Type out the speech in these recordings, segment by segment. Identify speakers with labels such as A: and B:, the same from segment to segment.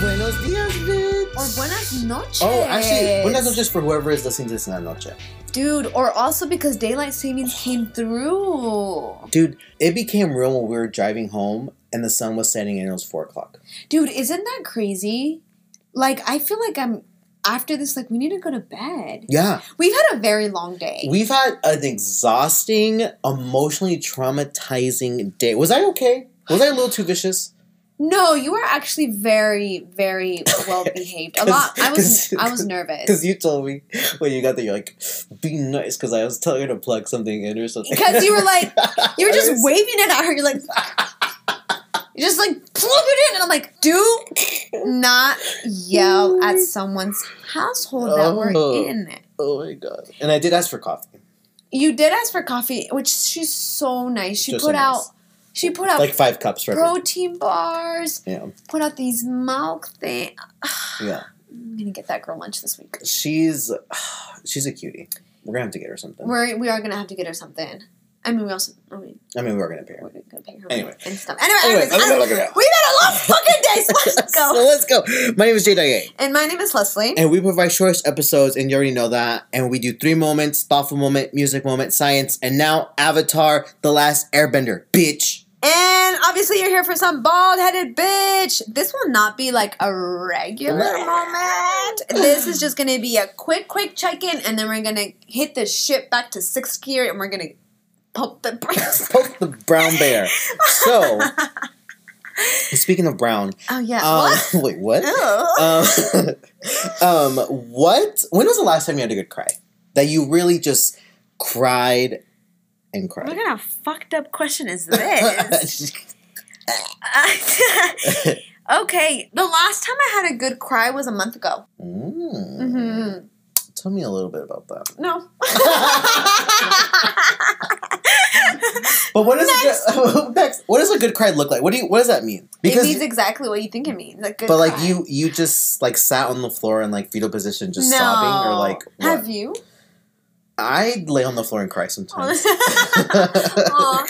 A: días, bitch.
B: Or buenas noches.
A: Oh, actually, buenas noches for whoever is listening to this in la noche.
B: Dude, or also because daylight savings came through.
A: Dude, it became real when we were driving home and the sun was setting and it was 4 o'clock.
B: Dude, isn't that crazy? Like, I feel like I'm after this, like, we need to go to bed.
A: Yeah.
B: We've had a very long day.
A: We've had an exhausting, emotionally traumatizing day. Was I okay? Was I a little too vicious?
B: no, you were actually very, very well behaved. A
A: 'Cause-
B: lot. I was,
A: 'cause-
B: I was nervous
A: Because you told me when you got there, you're like, be nice, because I was telling her to plug something in or something.
B: because you were like, you were
A: I was-
B: just waving it at her. You're like, you're just like plug it in, and I'm like, do not yell at someone's household that
A: Oh.
B: we're in.
A: Oh my god. And I did ask for coffee.
B: You did ask for coffee, which she's so nice. She
A: Just
B: put
A: so
B: out,
A: nice.
B: she put out
A: Like five cups for everyone.
B: protein bars.
A: Yeah.
B: Put out these milk thing.
A: Yeah.
B: I'm gonna get that girl lunch this week.
A: She's she's a cutie. We're gonna have to get her something.
B: We're we are gonna have to get her something. I mean, we also I mean,
A: I mean, we're gonna pay her.
B: we're gonna pay her
A: Anyway.
B: and stuff. Anyway,
A: Anyway,
B: anyways,
A: I'm gonna
B: I-
A: look it up.
B: we've had a long fucking day. So let's
A: So
B: go.
A: let's go. My name is JDA,
B: And my name is Leslie.
A: and we provide short episodes, and you already know that. And we do three moments: thoughtful moment, music moment, science, and now Avatar: The Last Airbender. Bitch.
B: And obviously, you're here for some bald headed bitch. This will not be like a regular moment. This is just gonna be a quick, quick check in, and then we're gonna hit the ship back to sixth gear and we're gonna pump the brakes.
A: Poke the brown bear. So, speaking of brown,
B: oh, yeah.
A: um,
B: What?
A: wait, what?
B: Ew.
A: um, um, what? When was the last time you had a good cry? That you really just cried and
B: what
A: cried.
B: kind of fucked up question is this? okay, the last time I had a good cry was a month ago.
A: Mm.
B: hmm
A: Tell me a little bit about that.
B: No.
A: But what does a good, next? What does a good cry look like? What do you? What does that mean?
B: it
A: Because
B: means exactly what you think it means. A good
A: but like
B: cry.
A: you you just like sat on the floor in like fetal position just sobbing or like
B: have
A: what?
B: you?
A: I lay on the floor and cry sometimes.
B: Aw.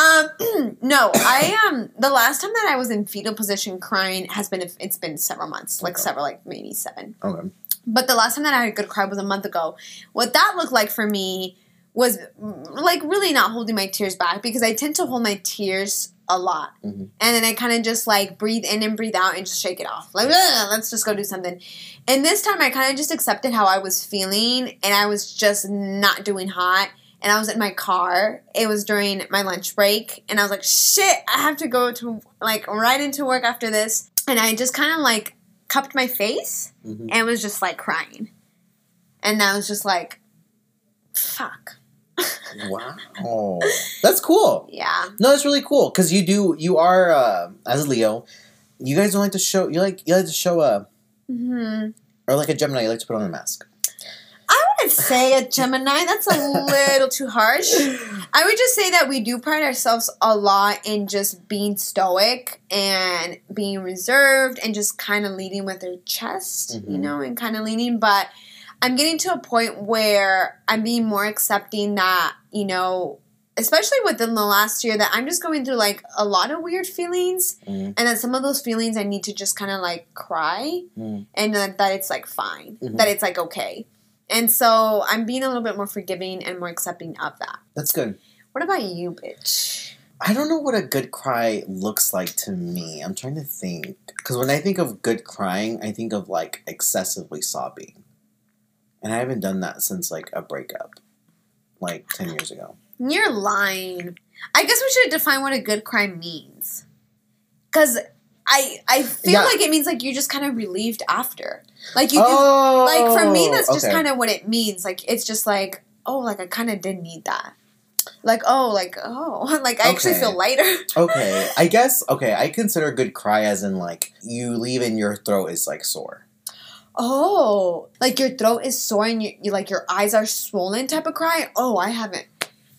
B: um, no, I um the last time that I was in fetal position crying has been it's been several months, like
A: Okay.
B: several, like maybe seven.
A: okay.
B: But the last time that I had a good cry was a month ago. What that looked like for me was mm, like really not holding my tears back because I tend to hold my tears a lot.
A: Mhm.
B: And then I kind of just like breathe in and breathe out and just shake it off. Like, "Ugh, let's just go do something. And this time I kind of just accepted how I was feeling and I was just not doing hot. And I was in my car. It was during my lunch break. And I was like, shit, I have to go to like right into work after this. And I just kind of like cupped my face
A: Mhm.
B: and was just like crying. And I was just like, fuck.
A: Wow, that's cool.
B: Yeah.
A: No, that's really cool because you do. You are uh, as a Leo. You guys don't like to show. You like you like to show a
B: hmm
A: or like a Gemini. You like to put on a mask.
B: I wouldn't say a Gemini. That's a little too harsh. I would just say that we do pride ourselves a lot in just being stoic and being reserved and just kind of leading with our chest, you
A: Mhm.
B: know, and kind of leading. But I'm getting to a point where I'm being more accepting that, you know, especially within the last year, that I'm just going through like a lot of weird feelings
A: Mhm.
B: and that some of those feelings I need to just kind of like cry
A: Mhm.
B: and that, that it's like fine,
A: Mhm.
B: that it's like okay. And so I'm being a little bit more forgiving and more accepting of that.
A: That's good.
B: What about you, bitch?
A: I don't know what a good cry looks like to me. I'm trying to think because when I think of good crying, I think of like excessively sobbing, and I haven't done that since like a breakup, like ten years ago.
B: You're lying. I guess we should define what a good cry means. Cause I I feel
A: Yeah.
B: like it means like you're just kind of relieved after. Like you just
A: oh,
B: like for me that's just
A: okay.
B: kind of what it means. Like it's just like, oh like I kinda did need that. Like, oh, like, oh, like I actually
A: Okay.
B: feel lighter.
A: Okay, I guess okay. I consider good cry as in like you leave and your throat is like sore.
B: Oh, like your throat is sore and you, you like your eyes are swollen type of cry. Oh, I haven't.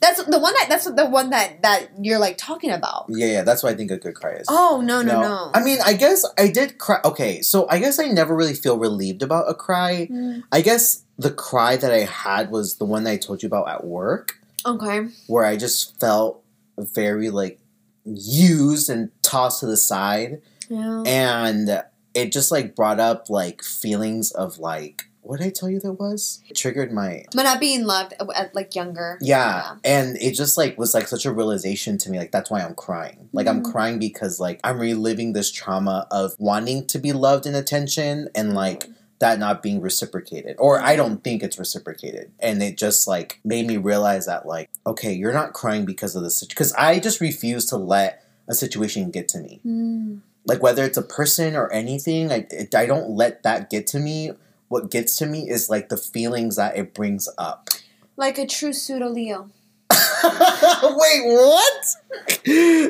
B: That's the one that that's the one that that you're like talking about.
A: Yeah, yeah. That's what I think a good cry is.
B: Oh no no no.
A: I mean, I guess I did cry. Okay, so I guess I never really feel relieved about a cry.
B: Mm,
A: I guess the cry that I had was the one that I told you about at work,
B: okay.
A: where I just felt very like used and tossed to the side,
B: Yeah.
A: and it just like brought up like feelings of like what did I tell you that was? It triggered my
B: But not being loved uh, at like younger.
A: yeah, and it just like was like such a realization to me. Like that's why I'm crying. Like I'm
B: Mhm.
A: crying because like I'm reliving this trauma of wanting to be loved and attention, and like that not being reciprocated, or I don't think it's reciprocated. And it just like made me realize that like okay, you're not crying because of this because I just refuse to let a situation get to me
B: Hmm.
A: like whether it's a person or anything I, it- I don't let that get to me what gets to me is like the feelings that it brings up
B: Like a true pseudo Leo.
A: wait what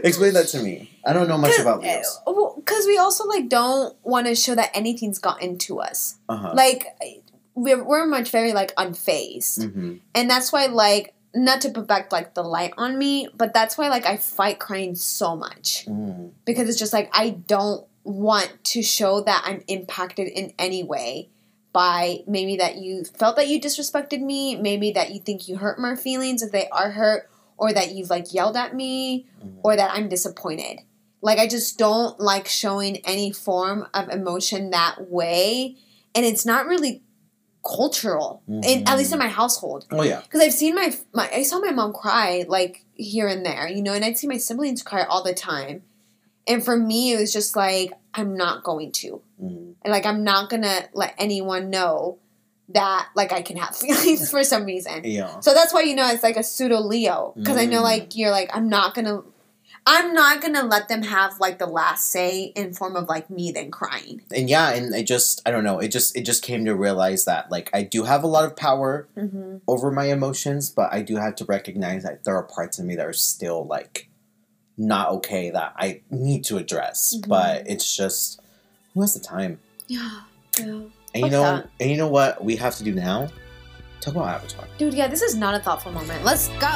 A: explain that to me i don't know much about leos
B: Because uh, we also like don't want to show that anything's gotten to us.
A: uh-huh
B: Like we're, we're much very like unfazed.
A: Mhm.
B: and that's why like not to put back like the light on me but that's why like i fight crying so much
A: Mm.
B: because it's just like i don't want to show that i'm impacted in any way by maybe that you felt that you disrespected me maybe that you think you hurt my feelings if they are hurt or that you've like yelled at me
A: Mhm.
B: or that i'm disappointed like i just don't like showing any form of emotion that way and it's not really cultural in, at least in my household
A: oh yeah
B: because I've seen my, my I saw my mom cry like here and there, you know, and I'd see my siblings cry all the time. And for me, it was just like I'm not going to,
A: Mm.
B: and like I'm not gonna let anyone know that like I can have feelings for some reason.
A: yeah
B: So that's why you know it's like a pseudo Leo because I know
A: Mm.
B: like you're like I'm not gonna, I'm not gonna let them have like the last say in form of like me then crying.
A: and yeah and i just i don't know it just it just came to realize that like i do have a lot of power
B: Mm-hmm.
A: over my emotions but i do have to recognize that there are parts of me that are still like not okay that i need to address
B: Mhm.
A: but it's just who has the time
B: Yeah, yeah,
A: And you
B: Fuck
A: know,
B: that.
A: and you know what we have to do now? Talk about Avatar.
B: dude. Yeah, this is not a thoughtful moment. Let's go.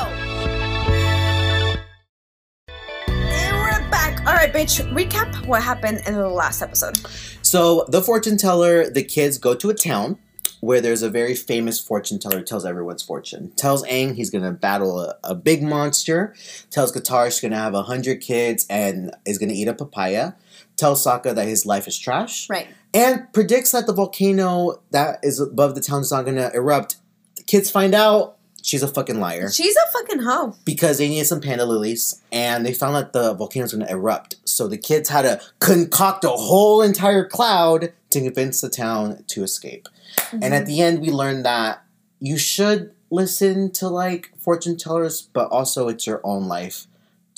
B: And we're back. All right, bitch. Recap what happened in the last episode.
A: So the fortune teller, the kids go to a town where there's a very famous fortune teller who tells everyone's fortune. Tells Aang he's gonna battle a, a big monster. Tells Katara she's gonna have a hundred kids and is gonna eat a papaya. Tells Sokka that his life is trash.
B: Right.
A: And predicts that the volcano that is above the town is not gonna erupt. The kids find out she's a fucking liar.
B: She's a fucking hoe.
A: because they needed some panda lilies and they found that the volcano was going to erupt. So the kids had to concoct a whole entire cloud to convince the town to escape.
B: Mm-hmm.
A: And at the end, we learned that you should listen to like fortune tellers, but also it's your own life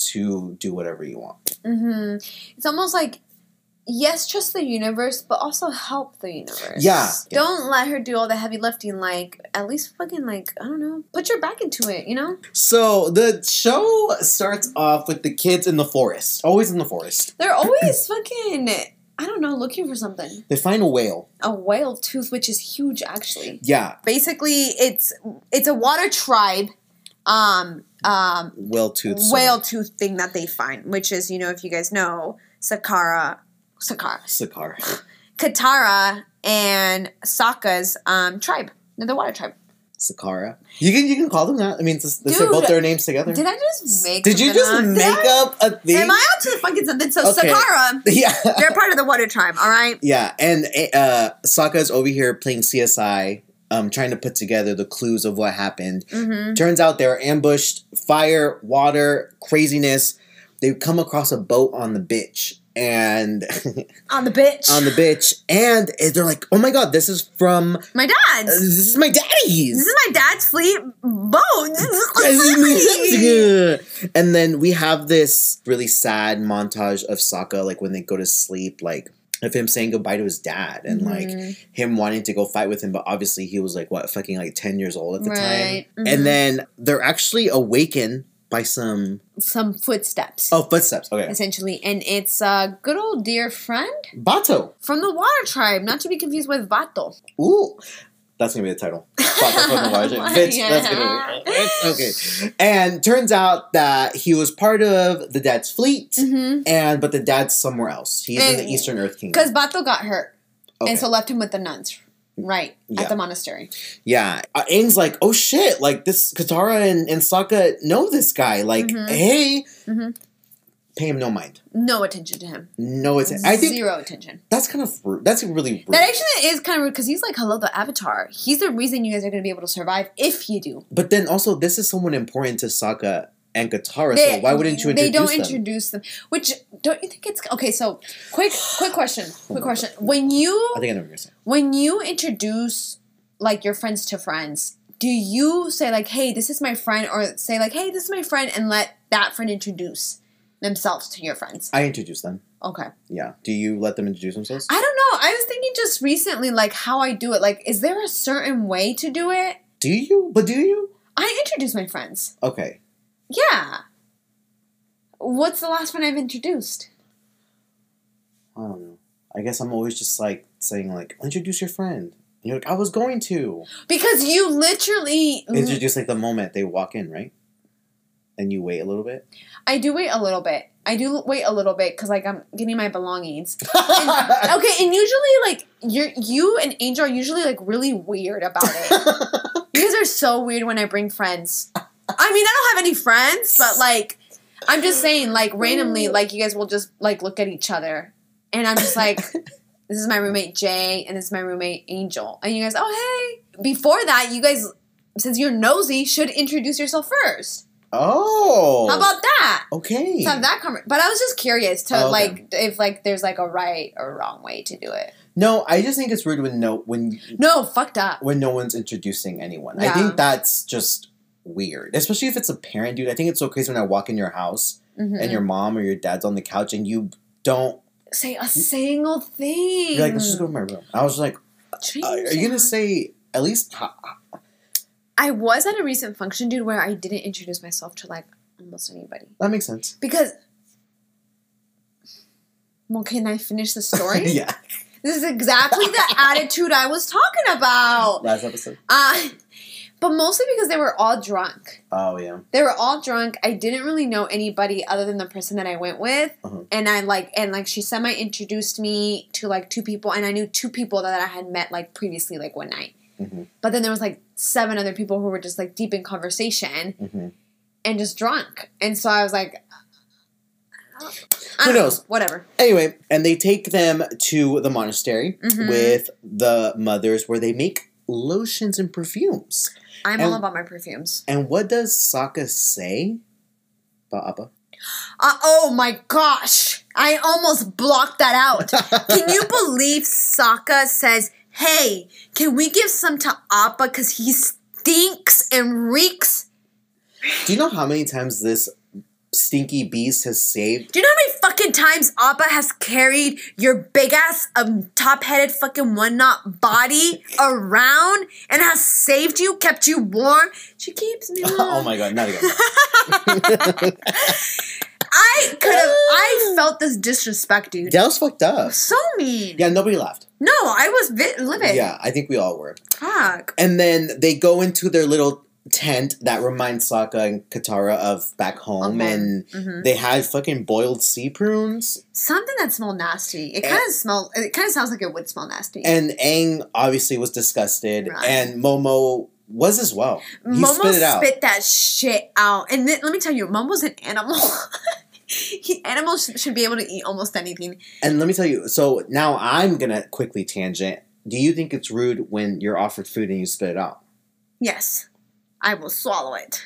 A: to do whatever you want.
B: hmm It's almost like, yes, trust the universe, but also help the universe.
A: Yeah.
B: Don't let her do all the heavy lifting. Like, at least fucking, like, I don't know, put your back into it, you know?
A: So the show starts off with the kids in the forest, always in the forest.
B: They're always fucking, I don't know, looking for something.
A: They find a whale.
B: A whale tooth, which is huge, actually.
A: Yeah,
B: Basically, it's it's a water tribe. Um, um,
A: whale tooth.
B: whale tooth thing that they find, which is, you know, if you guys know, Sakara, Sakara,
A: Sakar.
B: Katara and Sokka's um, tribe, They're the water tribe.
A: Sakara. You can you can call them that. I mean, it's, they're
B: Dude,
A: both their names together.
B: Did I just make?
A: Did you
B: something
A: just
B: up? Did
A: make
B: I-
A: up a thing?
B: Am I up to the fucking something? So
A: Okay.
B: Sakara,
A: Yeah.
B: they're part of the water tribe. All right.
A: Yeah, and uh, Sokka's over here playing CSI, um, trying to put together the clues of what happened.
B: Mm-hmm.
A: Turns out they were ambushed, fire, water, craziness. They come across a boat on the bitch, and
B: On the bitch.
A: on the bitch, and they're like, "Oh my god, this is from
B: my
A: this
B: dad's.
A: is my daddy's."
B: This is my dad's fleet boat.
A: and then we have this really sad montage of Sokka, like when they go to sleep, like of him saying goodbye to his dad and like
B: Mhm.
A: him wanting to go fight with him, but obviously he was like what fucking like ten years old at the
B: Right.
A: time.
B: Mhm.
A: And then they're actually awakened by some
B: Some footsteps,
A: oh footsteps. Okay,
B: essentially, and it's a good old dear friend
A: Bato.
B: from the water tribe, not to be confused with Vato.
A: Ooh. That's gonna be the title. Bato from the Water Tribe. Bitch, that's gonna be- It's okay. And turns out that he was part of the dad's fleet.
B: Mm-hmm.
A: And but the dad's somewhere else. He's in
B: And-
A: the Eastern Earth Kingdom.
B: Because Bato got hurt,
A: Okay.
B: and so left him with the nuns, right
A: Yeah.
B: at the monastery.
A: yeah, uh, Aang's like, oh
B: Mm-hmm.
A: shit, like this Katara and, and Sokka know this guy. Like,
B: Mhm.
A: hey,
B: Mhm.
A: Pay him no mind.
B: No attention to him.
A: No attention. I think
B: Zero attention.
A: that's kind of rude. That's really rude.
B: That actually is kind of rude because he's like, hello, the Avatar. He's the reason you guys are going to be able to survive if you do.
A: but then also, this is someone important to Sokka and Katara. so
B: They-
A: why wouldn't you
B: They
A: introduce
B: don't
A: them?
B: introduce them. Which don't you think it's okay? So quick, quick question,
A: my
B: quick question. When you
A: I think I know what you're saying.
B: when you introduce like your friends to friends, do you say like, "Hey, this is my friend," or say like, "Hey, this is my friend," and let that friend introduce themselves to your friends?
A: I introduce them.
B: Okay.
A: Yeah. Do you let them introduce themselves?
B: I don't know. I was thinking just recently, like how I do it. Like, is there a certain way to do it?
A: do you? But do you?
B: I introduce my friends.
A: Okay.
B: Yeah. What's the last one I've introduced?
A: I don't know. I guess I'm always just like saying like introduce your friend. And you're like I was going to
B: Because you literally.
A: introduce like the moment they walk in, right? And you wait a little bit.
B: I do wait a little bit. I do wait a little bit because like I'm getting my belongings. And- okay, and usually like you're you and Angel are usually like really weird about it. you guys are so weird when I bring friends. I mean, I don't have any friends, but like I'm just saying, like randomly,
A: Mm.
B: like you guys will just like look at each other, and I'm just like, this is my roommate Jay, and this is my roommate Angel, and you guys, oh hey. Before that, you guys, since you're nosy, should introduce yourself first.
A: oh.
B: How about that?
A: okay?
B: Let's have that conver- But I was just curious to
A: Oh, okay.
B: like if like there's like a right or wrong way to do it.
A: No, I just think it's rude when no when
B: No, fucked up.
A: when no one's introducing anyone. I
B: Yeah.
A: think that's just weird, especially if it's a parent, dude. I think it's so crazy when I walk in your house
B: Mhm.
A: and your mom or your dad's on the couch and you don't.
B: say a single thing.
A: You're like, let's just go to my room. I was like,
B: Change
A: uh, are you gonna
B: it.
A: say at least?
B: I was at a recent function, dude, where I didn't introduce myself to like almost anybody
A: That makes sense.
B: because. Well, can I finish the story?
A: yeah,
B: This is exactly the attitude I was talking about.
A: last episode.
B: Uh, but mostly because they were all drunk.
A: Oh yeah.
B: they were all drunk. I didn't really know anybody other than the person that I went with,
A: Uh-huh.
B: and I like and like she semi introduced me to like two people, and I knew two people that I had met like previously, like one night.
A: Mhm.
B: But then there was like seven other people who were just like deep in conversation
A: hmm
B: and just drunk, and so I was like, I
A: Who
B: don't know,
A: knows?
B: Whatever.
A: Anyway, and they take them to the monastery
B: Mhm.
A: with the mothers, where they make lotions and perfumes.
B: I'm
A: And-
B: all about my perfumes.
A: And what does Sokka say about Appa?
B: Uh, oh my gosh! I almost blocked that out. Can you believe Sokka says, "Hey, can we give some to Appa because he stinks and reeks"?
A: Do you know how many times this stinky beast has saved?
B: Do you know how many fucking times Appa has carried your big ass, um, top-headed fucking one-knot body around and has saved you, kept you warm? She keeps me warm.
A: oh my god, not again.
B: I could have. I felt this disrespect, dude.
A: that was fucked up.
B: So mean.
A: Yeah, nobody laughed.
B: No, I was vi- livid.
A: Yeah, I think we all were.
B: Fuck.
A: And then they go into their little tent that reminds Sokka and Katara of back home,
B: Okay.
A: and
B: Mhm.
A: they had fucking boiled sea prunes.
B: Something that smelled nasty. It kind of smelled. It kind of sounds like it would smell nasty.
A: And Aang obviously was disgusted,
B: Right.
A: and Momo was as well. He
B: Momo
A: spit it out.
B: that shit out. And then, let me tell you, Momo's an animal. he, animals sh- should be able to eat almost anything.
A: And let me tell you, so now I'm gonna quickly tangent. Do you think it's rude when you're offered food and you spit it out?
B: Yes, I will swallow it.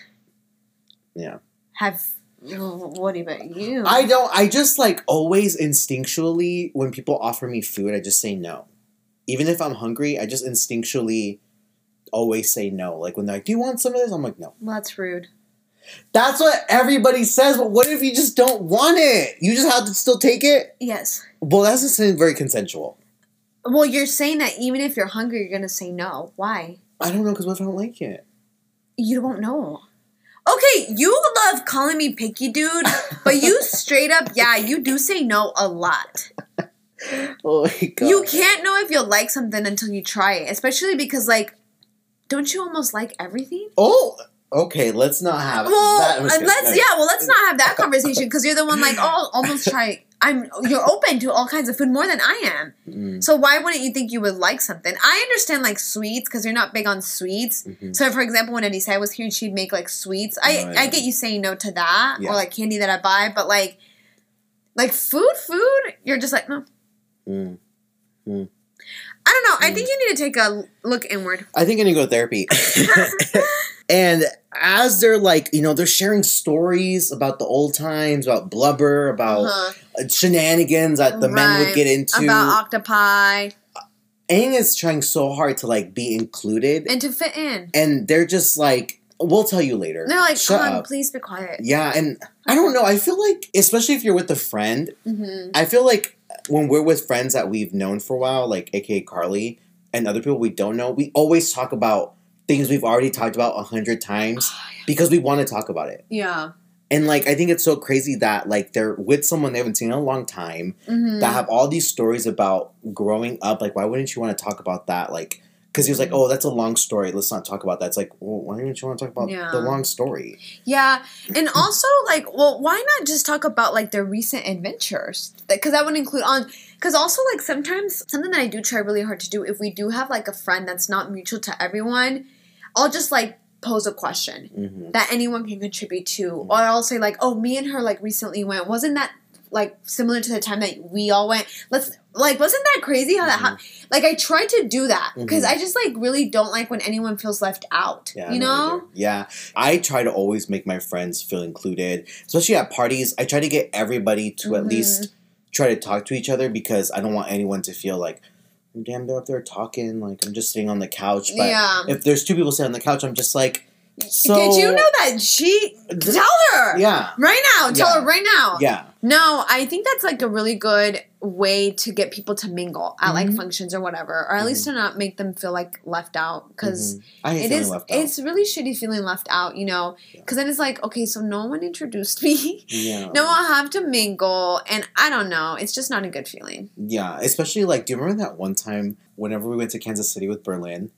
A: Yeah.
B: Have what about you?
A: I don't. I just like always instinctually when people offer me food, I just say no. Even if I'm hungry, I just instinctually always say no. Like when they're like, "Do you want some of this?" I'm like, "No."
B: well, that's rude.
A: That's what everybody says. But what if you just don't want it? You just have to still take it.
B: Yes.
A: Well, that doesn't seem very consensual.
B: Well, you're saying that even if you're hungry, you're gonna say no. Why?
A: I don't know because what if I don't like it?
B: You don't know. Okay, you love calling me picky, dude, but you straight up, yeah, you do say no a lot.
A: Oh my god!
B: You can't know if you'll like something until you try it, especially because, like, don't you almost like everything?
A: Oh, okay. Let's not have
B: Well, uh,
A: was good.
B: let's
A: Okay.
B: yeah. Well, let's not have that conversation because you're the one like, oh, almost try. I'm you're open to all kinds of food more than I am.
A: Mm,
B: So why wouldn't you think you would like something? I understand like sweets because you're not big on sweets.
A: mhm.
B: So for example, when Anissa was here and she'd make like sweets, I
A: Oh, yeah.
B: I get you saying no to that
A: Yeah.
B: or like candy that I buy, but like Like food, food, you're just like, no.
A: Mm.
B: I don't know. I
A: Mm.
B: think you need to take a look inward.
A: I think I need to go to therapy. and as they're like, you know, they're sharing stories about the old times, about blubber, about
B: Uh-huh.
A: shenanigans that the men would
B: Right.
A: get into.
B: About octopi
A: Aang is trying so hard to like be included, and,
B: and to fit in.
A: they're just like, "We'll tell you later."
B: They're like,
A: "Shut
B: come on,
A: up."
B: please be quiet.
A: Yeah, and I don't know. I feel like, especially if you're with a friend,
B: hmm
A: I feel like when we're with friends that we've known for a while, like AKA Carly and other people we don't know, we always talk about things we've already talked about a hundred times because we want to talk about it.
B: Mm-hmm. Yeah.
A: And like, I think it's so crazy that like they're with someone they haven't seen in a long time
B: hmm
A: that have all these stories about growing up. Like, why wouldn't you want to talk about that? Like, because he was like, "Oh, that's a long story. Let's not talk about that." It's like, well, why don't you want to talk about
B: Yeah.
A: the long story?
B: Yeah. And also, like, well, why not just talk about, like, their recent adventures? Because that would include on. Because also, like, sometimes something that I do try really hard to do, if we do have, like, a friend that's not mutual to everyone, I'll just, like, pose a question
A: hmm
B: that anyone can contribute to. Or I'll say, like, oh, me and her, like, recently went. Wasn't that. Like similar to the time that we all went. Let's like, wasn't that crazy how that? hap-
A: Mm-hmm.
B: like, I try to do that because
A: Mhm.
B: I just like really don't like when anyone feels left out.
A: Yeah,
B: you
A: no, I
B: know?
A: do. Yeah, I try to always make my friends feel included, especially at parties. I try to get everybody to at
B: Mhm.
A: least try to talk to each other because I don't want anyone to feel like, "Damn, they're up there talking." Like I'm just sitting on the couch, but.
B: yeah.
A: If there's two people sitting on the couch, I'm just like, so
B: Did you know that she?
A: Th-
B: Tell her
A: Yeah,
B: right now. Tell
A: Yeah.
B: her right now.
A: yeah,
B: No, I think that's like a really good way to get people to mingle at like
A: Mhm.
B: functions or whatever, or at least to not make them feel like left out because.
A: Mhm. I hate
B: It
A: Mm-hmm. feeling
B: is.
A: left out.
B: It's really shitty feeling left out, you know, because then it's like, okay, so no one introduced me.
A: yeah,
B: No, I'll have to mingle, and I don't know. It's just not a good feeling.
A: Yeah, especially like, do you remember that one time whenever we went to Kansas City with Berlin,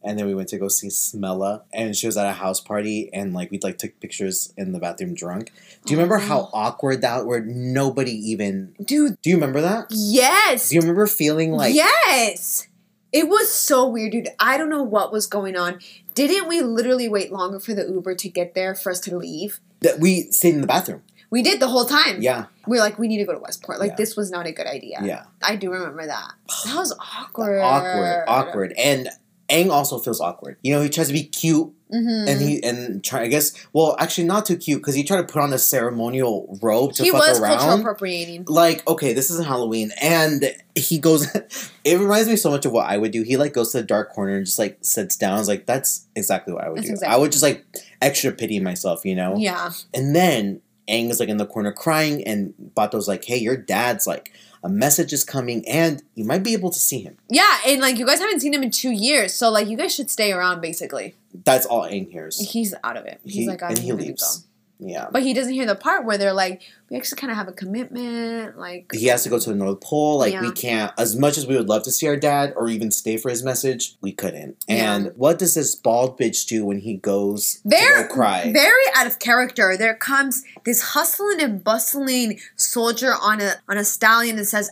A: and then we went to go see Smella, and she was at a house party, and like we like took pictures in the bathroom drunk. Do you remember how awkward that? Where nobody even.
B: dude?
A: Do you remember that?
B: Yes.
A: Do you remember feeling like?
B: yes it was so weird dude i don't know what was going on didn't we literally wait longer for the uber to get there for us to leave
A: That we stayed in the bathroom.
B: we did the whole time
A: Yeah,
B: we were like we need to go to westport like
A: Yeah.
B: this was not a good idea
A: yeah.
B: i do remember that that was awkward
A: Awkward, awkward, and Aang also feels awkward. You know, he tries to be cute,
B: hmm
A: and he and try. I guess, well, actually, not too cute because he tried to put on a ceremonial robe to
B: he
A: fuck
B: was cultural
A: around.
B: appropriating
A: like okay this isn't halloween and he goes it reminds me so much of what i would do he like goes to the dark corner and just like sits down I was like that's exactly what i would
B: That's
A: do
B: exactly-
A: i would just like extra pity myself you know
B: yeah
A: and then Aang is like in the corner crying and bato's like hey your dad's like a message is coming and you might be able to see him
B: yeah and like you guys haven't seen him in two years so like you guys should stay around basically
A: that's all Aang hears
B: he's out of it he's
A: He-
B: like I'm
A: and he
B: ready to
A: leaves.
B: go.
A: yeah
B: but he doesn't hear the part where they're like we actually kind of have a commitment like
A: he has to go to the north pole like we
B: Yeah.
A: can't as much as we would love to see our dad or even stay for his message we couldn't
B: Yeah.
A: and what does this bald bitch do when he goes
B: They're
A: to go cry
B: very out of character. There comes this hustling and bustling soldier on a on a stallion and says,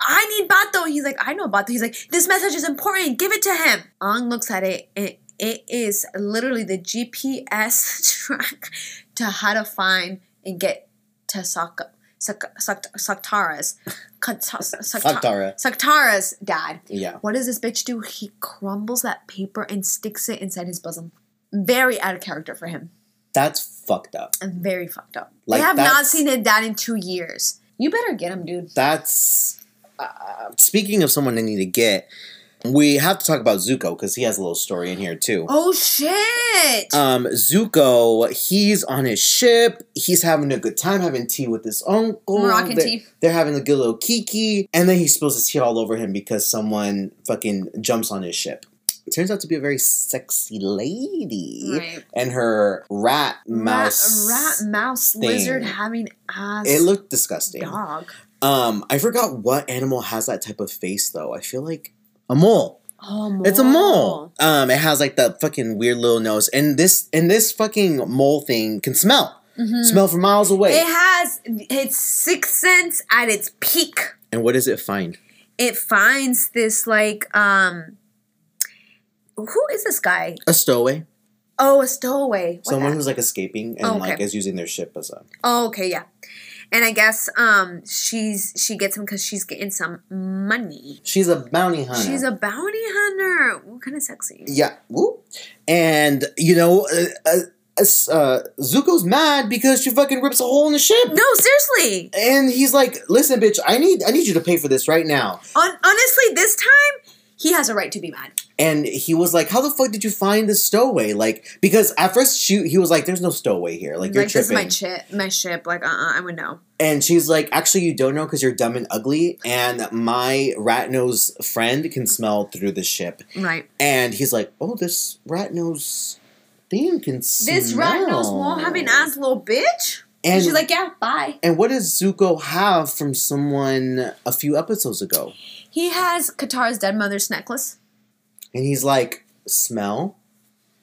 B: "I need Bato." He's like, "I know Bato." He's like, "This message is important. Give it to him." Ang looks at it, and it is literally the GPS track to how to find and get to Saka. Sak- Sak- Saktara's Kat- Sa- Sakta-
A: Saktara.
B: Saktara's dad.
A: Yeah.
B: What does this bitch do? He crumbles that paper and sticks it inside his bosom. Very out of character for him.
A: That's fucked up.
B: I'm very fucked up.
A: Like,
B: I have not
A: that's-
B: seen a dad in two years. You better get him, dude.
A: That's. Uh, speaking of someone I need to get, we have to talk about Zuko because he has a little story in here too.
B: Oh shit!
A: Um, Zuko, he's on his ship. He's having a good time having tea with his uncle.
B: Moroccan
A: they're,
B: tea.
A: They're having a good little kiki. And then he spills his tea all over him because someone fucking jumps on his ship. Turns out to be a very sexy lady.
B: Right.
A: And her rat mouse.
B: rat, rat mouse,
A: thing.
B: lizard having ass.
A: It looked disgusting.
B: dog.
A: Um, I forgot what animal has that type of face though. I feel like a mole.
B: Oh, mole.
A: It's a mole. Um, it has like that fucking weird little nose, and this and this fucking mole thing can smell,
B: Mhm.
A: smell from miles away.
B: It has its sixth sense at its peak.
A: and what does it find?
B: It finds this like um. Who is this guy?
A: A stowaway,
B: Oh, a stowaway. What
A: someone
B: the-
A: who's like escaping and
B: Oh, okay.
A: like is using their ship as a.
B: Oh, okay, yeah. And I guess um she's she gets him because she's getting some money.
A: She's a bounty hunter.
B: She's a bounty hunter. What kind of sexy?
A: Yeah. Woo. And, you know, uh, uh, uh, Zuko's mad because she fucking rips a hole in the ship.
B: No, seriously.
A: And he's like, "Listen, bitch, I need I need you to pay for this right now."
B: On, honestly, this time he has a right to be mad.
A: And he was like, "How the fuck did you find the stowaway?" Like, because at first she he was like, "There's no stowaway here. Like, you're
B: like this is
A: tripping."
B: my ship. My ship. Like, uh, uh I would know.
A: and she's like, "Actually, you don't know because you're dumb and ugly." And my rat nose friend can smell through the ship.
B: Right.
A: And he's like, "Oh, this rat nose thing can smell."
B: This rat knows won't have an ass, little bitch. And,
A: And
B: she's like, yeah, bye.
A: and what does Zuko have from someone a few episodes ago?
B: He has Katara's dead mother's necklace.
A: And he's like, smell,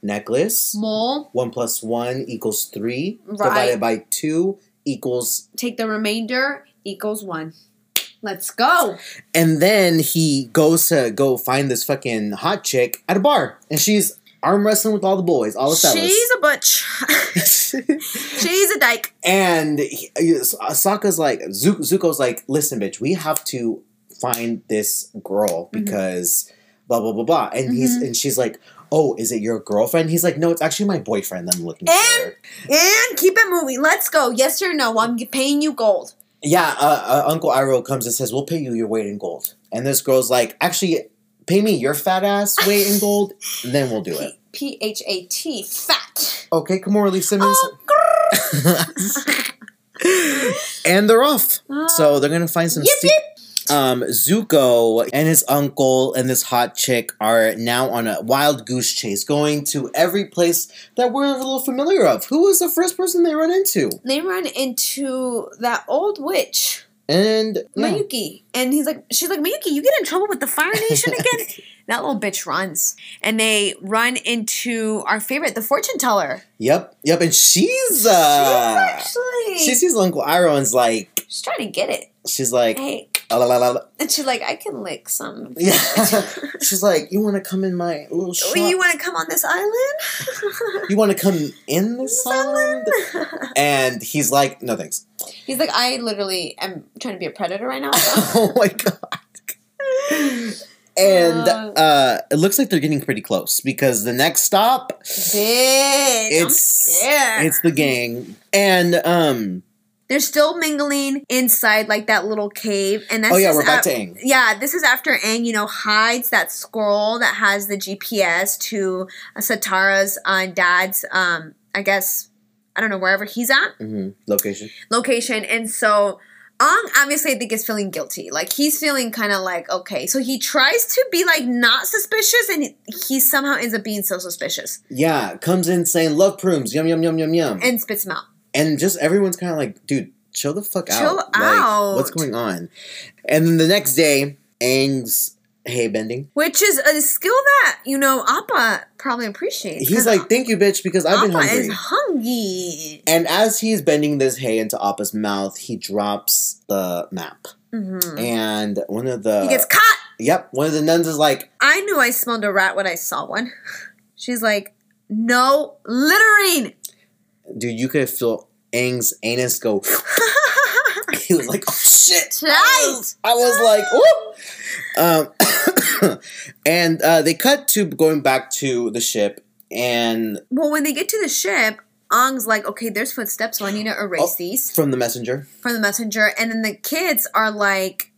A: necklace,
B: Mole,
A: one plus one equals three,
B: Right.
A: divided by two equals.
B: take the remainder equals one. Let's go.
A: And then he goes to go find this fucking hot chick at a bar. And she's arm wrestling with all the boys, all the
B: She's a butch.
A: fellas.
B: she's a dyke.
A: and he, Sokka's like, Zu- Zuko's like, listen, bitch, we have to find this girl
B: Mm-hmm.
A: because blah, blah, blah, blah. And he's, and she's like, oh, is it your girlfriend? He's like, no, it's actually my boyfriend I'm looking for.
B: And- And keep it moving. Let's go. Yes or no? I'm paying you gold.
A: Yeah, uh, uh, Uncle Iroh comes and says, "We'll pay you your weight in gold." And this girl's like, "Actually, pay me your fat ass weight in gold, and then we'll do it."
B: P- P H A T fat.
A: Okay, Kamora Lee Simmons.
B: Oh, grrr.
A: and they're off. So they're gonna find some.
B: Oh, uh, Yip,
A: se- um, Zuko and his uncle and this hot chick are now on a wild goose chase, going to every place that we're a little familiar of. Who was the first person they run into?
B: They run into that old witch,
A: And yeah.
B: Mayuki. And he's like she's like, Mayuki, you get in trouble with the Fire Nation again? that little bitch runs. And they run into our favorite, the fortune teller.
A: yep, yep, and she's uh,
B: she's actually
A: she
B: she's,
A: sees Uncle Iroh and's like.
B: trying to get it.
A: She's like,
B: Hey.
A: "Ah, la, la, la, la."
B: And she's like, I can lick some.
A: yeah. She's like, you want to come in my little
B: Oh,
A: shop?
B: you
A: You,
B: want to come on this island?
A: want to come in this island? And he's like, no thanks.
B: He's like, I literally am trying to be a predator right now.
A: oh my god. And
B: Uh.
A: uh, it looks like they're getting pretty close because the next stop,
B: Bitch, I'm
A: it's
B: scared.
A: it's the gang, and um,
B: They're still mingling inside like that little cave, and that's
A: oh yeah,
B: just
A: we're back
B: af-
A: to Aang.
B: Yeah, this is after Aang, you know, hides that scroll that has the GPS to Satara's uh, dad's, um, I guess, I don't know, wherever he's at
A: hmm Location.
B: location. And so Ong obviously I think is feeling guilty. Like he's feeling kind of like, okay. So he tries to be like not suspicious and he, he somehow ends up being so suspicious
A: Yeah, comes in saying love prunes, yum yum yum yum yum, and,
B: and spits him out.
A: just everyone's kind of like, dude, chill the fuck
B: Chill
A: out.
B: out.
A: Like, what's going on? And then the next day, Aang's hay bending.
B: Which is a skill that, you know, Appa probably appreciates.
A: He's
B: 'cause
A: like, "Thank you, bitch," because I've
B: Appa
A: been hungry.
B: is hungry.
A: and as he's bending this hay into Appa's mouth, he drops the map,
B: Mhm.
A: and uh, one of the
B: he gets caught.
A: yep, one of the nuns is like,
B: I knew I smelled a rat when I saw one. She's like, no littering.
A: "Dude, you could feel Aang's anus go." he was like, "Oh shit!" oh."
B: Right.
A: I was like, "Whoop!"
B: Ah!
A: Um, and uh, they cut to going back to the ship, and
B: Well, when they get to the ship, Ong's like, okay, there's footsteps, so I need to erase
A: Oh.
B: these
A: from the messenger,
B: from the messenger. And then the kids are like,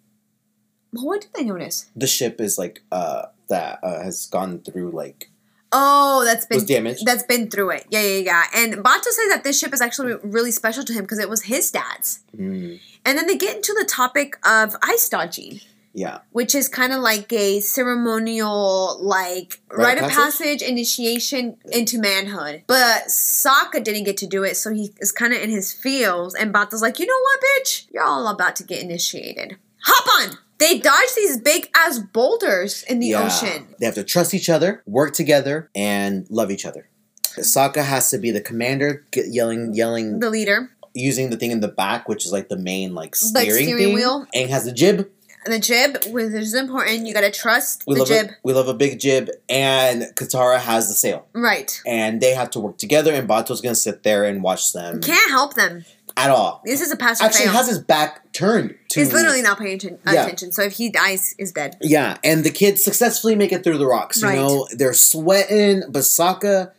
B: well, what did they notice?
A: the ship is like uh, that uh, has gone through like
B: Oh, that's been
A: was damaged.
B: that's been through it. Yeah, yeah, yeah. And Bato says that this ship is actually really special to him because it was his dad's.
A: Mm,
B: And then they get into the topic of ice dodging,
A: yeah,
B: which is kind of like a ceremonial, like rite,
A: Rite of
B: of passage initiation into manhood. But Sokka didn't get to do it, so he is kind of in his feels. And Bato's like, you know what, bitch? You're all about to get initiated. Hop on! They dodge these big ass boulders in the
A: Yeah.
B: ocean.
A: They have to trust each other, work together, and love each other. Sokka has to be the commander, get yelling, yelling,
B: The leader,
A: using the thing in the back, which is like the main like steering,
B: steering
A: thing.
B: wheel?
A: Aang has the jib.
B: the jib, which is important. You gotta trust
A: We
B: the
A: love
B: jib.
A: A, we love a big jib, and Katara has the sail.
B: Right.
A: And they have to work together, and Bato's gonna sit there and watch them.
B: Can't help them.
A: at all.
B: This is a pass or
A: Actually,
B: fail.
A: has his back turned to.
B: He's literally not paying atten-
A: Yeah.
B: attention. So if he dies, is dead.
A: Yeah, and the kids successfully make it through the rocks. You
B: Right.
A: know, they're sweating. Basaka,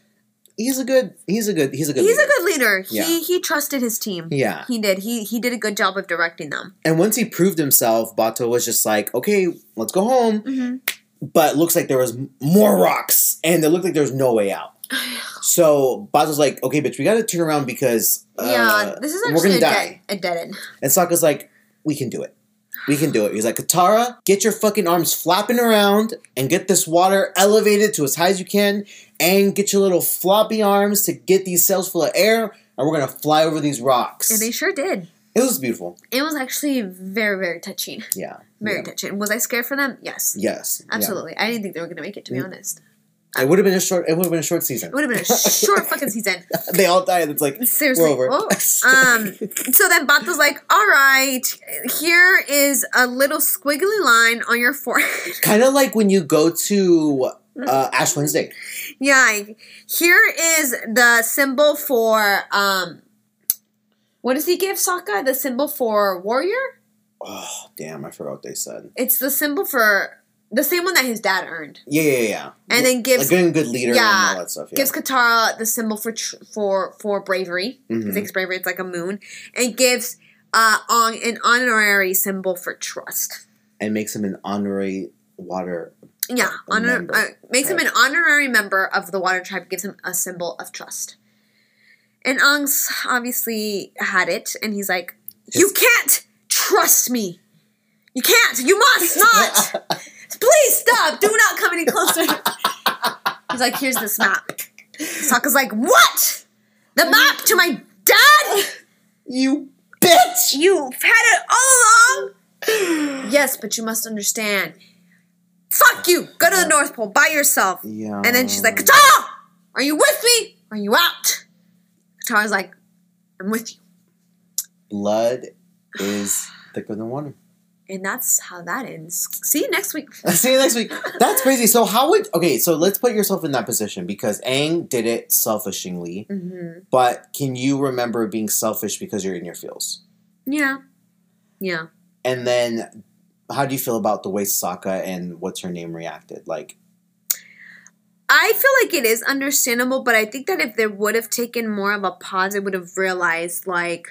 A: he's a good. He's a good. He's a good.
B: He's
A: leader.
B: a good leader.
A: Yeah.
B: He he trusted his team.
A: Yeah,
B: He did. He he did a good job of directing them.
A: and once he proved himself, Bato was just like, "Okay, let's go home."
B: Mm-hmm.
A: But looks like there was m- more rocks, and it looked like there was no way out. So Bato's like, "Okay, bitch, we got to turn around because uh,
B: yeah, this is
A: we're gonna
B: actually a
A: die.
B: dead, a dead end.
A: And Sokka's like, we can do it. We can do it. He's like, Katara, get your fucking arms flapping around and get this water elevated to as high as you can and get your little floppy arms to get these cells full of air and we're going to fly over these rocks.
B: And they sure did.
A: it was beautiful.
B: It was actually very very touching.
A: Yeah.
B: Very
A: Yeah.
B: touching. Was I scared for them? Yes,
A: Yes. Yeah.
B: absolutely. I didn't think they were gonna make it. To be
A: Mm.
B: honest,
A: It would have been a short it would have been a short season.
B: it would have been a short fucking season.
A: they all died. It's like
B: Seriously.
A: We're over.
B: Oh. Um, so then Bato's like, all right, here is a little squiggly line on your forehead.
A: kind of like when you go to
B: Mm.
A: uh, Ash Wednesday.
B: yeah, here is the symbol for, um, what does he give Sokka? The symbol for warrior?
A: Oh, damn, I forgot what they said.
B: It's the symbol for the same one that his dad earned.
A: Yeah, yeah, yeah.
B: And then gives-
A: like being a good leader
B: yeah,
A: and all that stuff. Yeah.
B: Gives Katara the symbol for tr- for for bravery.
A: Mhm.
B: Thinks bravery it's like a moon, and gives uh on an honorary symbol for trust.
A: and makes him an honorary water.
B: Yeah,
A: a
B: honor
A: member,
B: uh, makes him
A: right?
B: an honorary member of the Water Tribe, gives him a symbol of trust. And Angs obviously had it, and he's like, "You
A: His-
B: can't trust me. You can't. You must not. Please stop. Do not come any closer." he's like, "Here's this map." Sokka's like, "What? The map to my dad?
A: you bitch!
B: You've had it all along." Yes, but you must understand. Fuck you! Go to the North Pole by yourself.
A: Yeah.
B: And then she's like, Katara, are you with me? Are you out? Katara's like, I'm with you.
A: blood is thicker than water.
B: And that's how that ends. See you next week.
A: See you next week. That's crazy. So how would okay? So let's put yourself in that position because Aang did it selfishly,
B: Mm-hmm.
A: but can you remember being selfish because you're in your feels?
B: Yeah. Yeah.
A: And then, how do you feel about the way Sokka and what's her name reacted? Like,
B: I feel like it is understandable, but I think that if they would have taken more of a pause, they would have realized, like,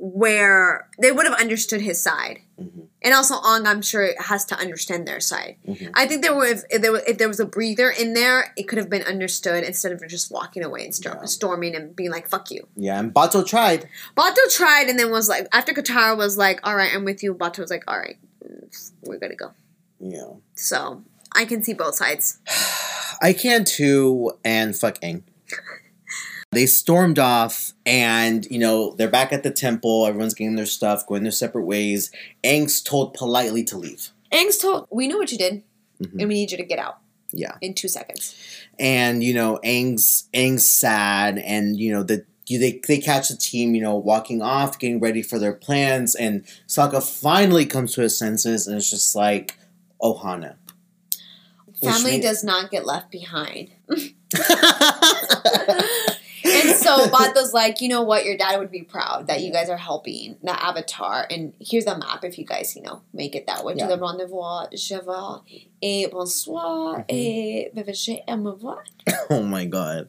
B: where they would have understood his side.
A: mhm,
B: And also, Ong, I'm sure, has to understand their side.
A: mhm.
B: I think there were if, if there were, if there was a breather in there, it could have been understood instead of just walking away and storm,
A: Yeah.
B: storming and being like "fuck you."
A: yeah, and Bato tried.
B: Bato tried and then was like, after Katara was like, "All right, I'm with you." Bato was like, "All right, we're gonna go."
A: Yeah,
B: So I can see both sides.
A: I can too, and fuck Aang. They stormed off, and you know they're back at the temple. Everyone's getting their stuff, going their separate ways. Aang's told politely to leave.
B: Aang's told, "We know what you did,
A: Mhm.
B: and we need you to get out
A: Yeah,
B: in two seconds."
A: and you know Aang's Aang's sad, and you know the you, they they catch the team, you know, walking off, getting ready for their plans, and Sokka finally comes to his senses, and it's just like, Ohana. Which
B: Family
A: made-
B: does not get left behind, and so Bato's like, "You know what? Your dad would be proud that you guys are helping the Avatar, and here's a map if you guys, you know, make it that way
A: Yeah.
B: to the rendezvous. Je vais et
A: Mm-hmm.
B: bonsoir et bébé, et me voir."
A: Oh my god.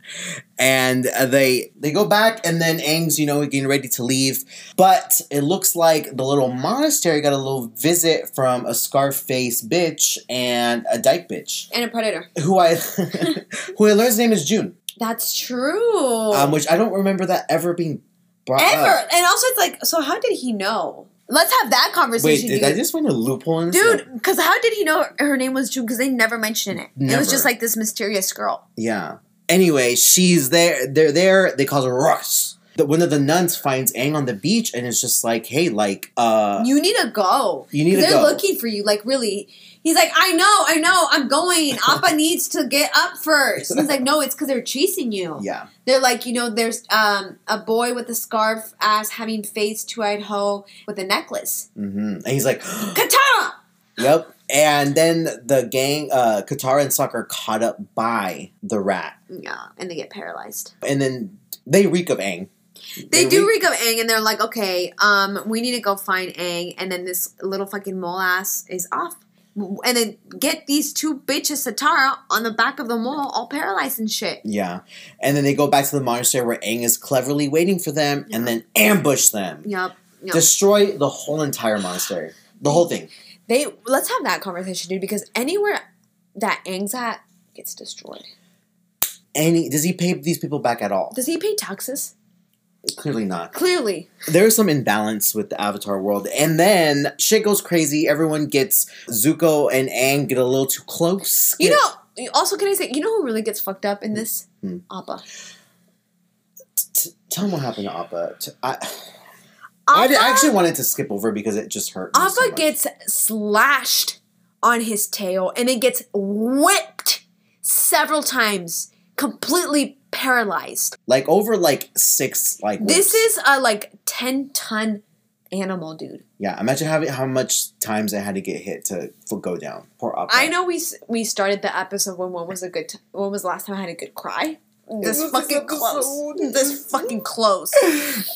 A: And uh, they they go back and then Aang's, you know, getting ready to leave. But it looks like the little monastery got a little visit from a Scarface bitch and a dyke bitch.
B: and a predator.
A: Who I who I learned his name is June.
B: That's true.
A: Um, which I don't remember that ever being brought
B: Oh. Ever.
A: up.
B: And also, it's like, so how did he know? Let's have that
A: Wait,
B: conversation,
A: did I
B: dude.
A: just find a loophole in this?
B: Dude, because how did he know her name was June? Because they never mentioned it. It
A: Never.
B: was just like this mysterious girl.
A: Yeah. Anyway, she's there. They're there. They call her Russ. The, one of the nuns finds Aang on the beach and it's just like, hey, like, uh,
B: you need to go.
A: you need to
B: They're
A: go.
B: looking for you. Like, really. He's like, I know, I know, I'm going. Appa needs to get up first. He's like, no, it's because they're chasing you.
A: yeah.
B: They're like, you know, there's um, a boy with a scarf as having face, two eyed hoe with a necklace.
A: hmm And he's like,
B: Katara!
A: yep. And then the gang, uh, Katara and Sokka are caught up by the rat.
B: Yeah, and they get paralyzed.
A: And then they reek of Aang.
B: They
A: Did
B: do
A: we-
B: reek of Aang, and they're like, okay, um, we need to go find Aang, and then this little fucking mole ass is off, and then get these two bitches Satara on the back of the mole, all paralyzed and shit.
A: Yeah. And then they go back to the monastery where Aang is cleverly waiting for them and then ambush them.
B: Yup. Yup.
A: Destroy the whole entire monastery. The whole thing.
B: they let's have that conversation, dude, because anywhere that Aang's at gets destroyed.
A: And he, does he pay these people back at all?
B: Does he pay taxes?
A: Clearly not.
B: Clearly.
A: There's some imbalance with the Avatar world. And then shit goes crazy. Everyone gets Zuko and Aang get a little too close.
B: You
A: Get-
B: know, also can I say, you know who really gets fucked up in this?
A: Hmm.
B: Appa.
A: T- tell them what happened to Appa. T- I, I
B: Appa,
A: did- I actually wanted to skip over because it just hurt. me
B: Appa
A: so much.
B: gets slashed on his tail and it gets whipped several times, completely paralyzed.
A: like over like six like whips.
B: This is a like 10 ton animal, dude.
A: yeah. Imagine having how much times I had to get hit to f- go down. Poor Appa.
B: I know we s- we started the episode when when was a good t- when was the last time I had a good cry. This
A: was this
B: fucking close.
A: episode.
B: This fucking close.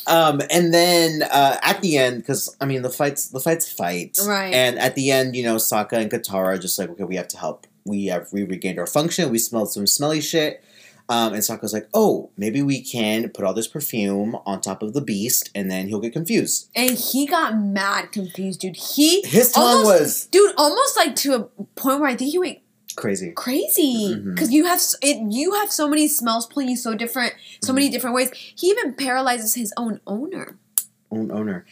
A: Um, and then uh, at the end, because I mean the fights, the fights fight,
B: Right.
A: And at the end, you know, Sokka and Katara are just like, okay, we have to help. We have we regained our function. We smelled some smelly shit. Um, and Sokka's like, oh, maybe we can put all this perfume on top of the beast, and then he'll get confused.
B: And he got mad confused, dude. He
A: His tongue
B: almost-
A: was
B: dude almost like to a point where I think he went
A: crazy.
B: crazy
A: Mhm.
B: because you have s- it. You have so many smells pulling you so different, so many
A: Mm-hmm.
B: different ways. He even paralyzes his own owner.
A: Own owner.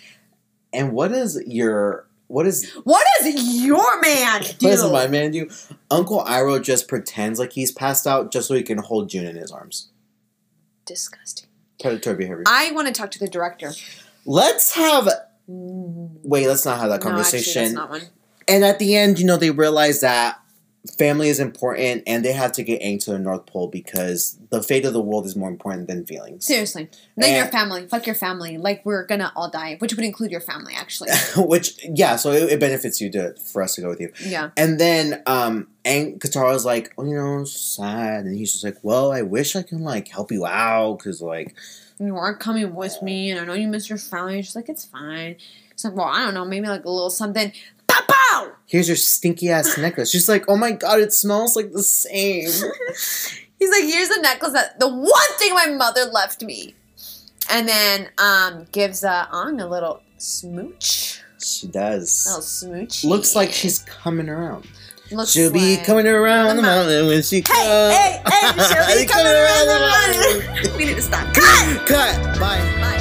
A: And what is your what is
B: What does your man do?
A: What does my man do? Uncle Iroh just pretends like he's passed out just so he can hold June in his arms.
B: Disgusting.
A: Predator behavior.
B: I want to talk to the director.
A: let's have.
B: Mm,
A: Wait, let's not have that
B: no, actually, that's
A: conversation.
B: not one.
A: and at the end, you know, they realize that family is important and they have to get Aang to the North Pole because the fate of the world is more important than feelings.
B: Seriously. Then your
A: And-
B: family. Fuck your family. Like we're gonna all die, which would include your family actually.
A: Which, yeah, so it, it benefits you to for us to go with you.
B: yeah.
A: And then um and Katara's like, oh, you know, sad, and he's just like, well, I wish I can like help you out because like,
B: You are coming with me and I know you miss your family. She's like, it's fine. It's like, well, I don't know, maybe like a little something. Pow pow!
A: here's your stinky ass necklace. She's like, oh my god, it smells like the same.
B: He's like, here's the necklace that the one thing my mother left me. And then um gives uh Ang a little smooch.
A: she does.
B: A little smooch.
A: Looks like she's coming around.
B: Looks
A: She'll be
B: like-
A: coming around the
B: the mountain.
A: mountain when she comes.
B: Hey, hey, hey, she'll be coming around the
A: mountain.
B: mountain. we need to stop. Cut!
A: Cut. Bye.
B: Bye.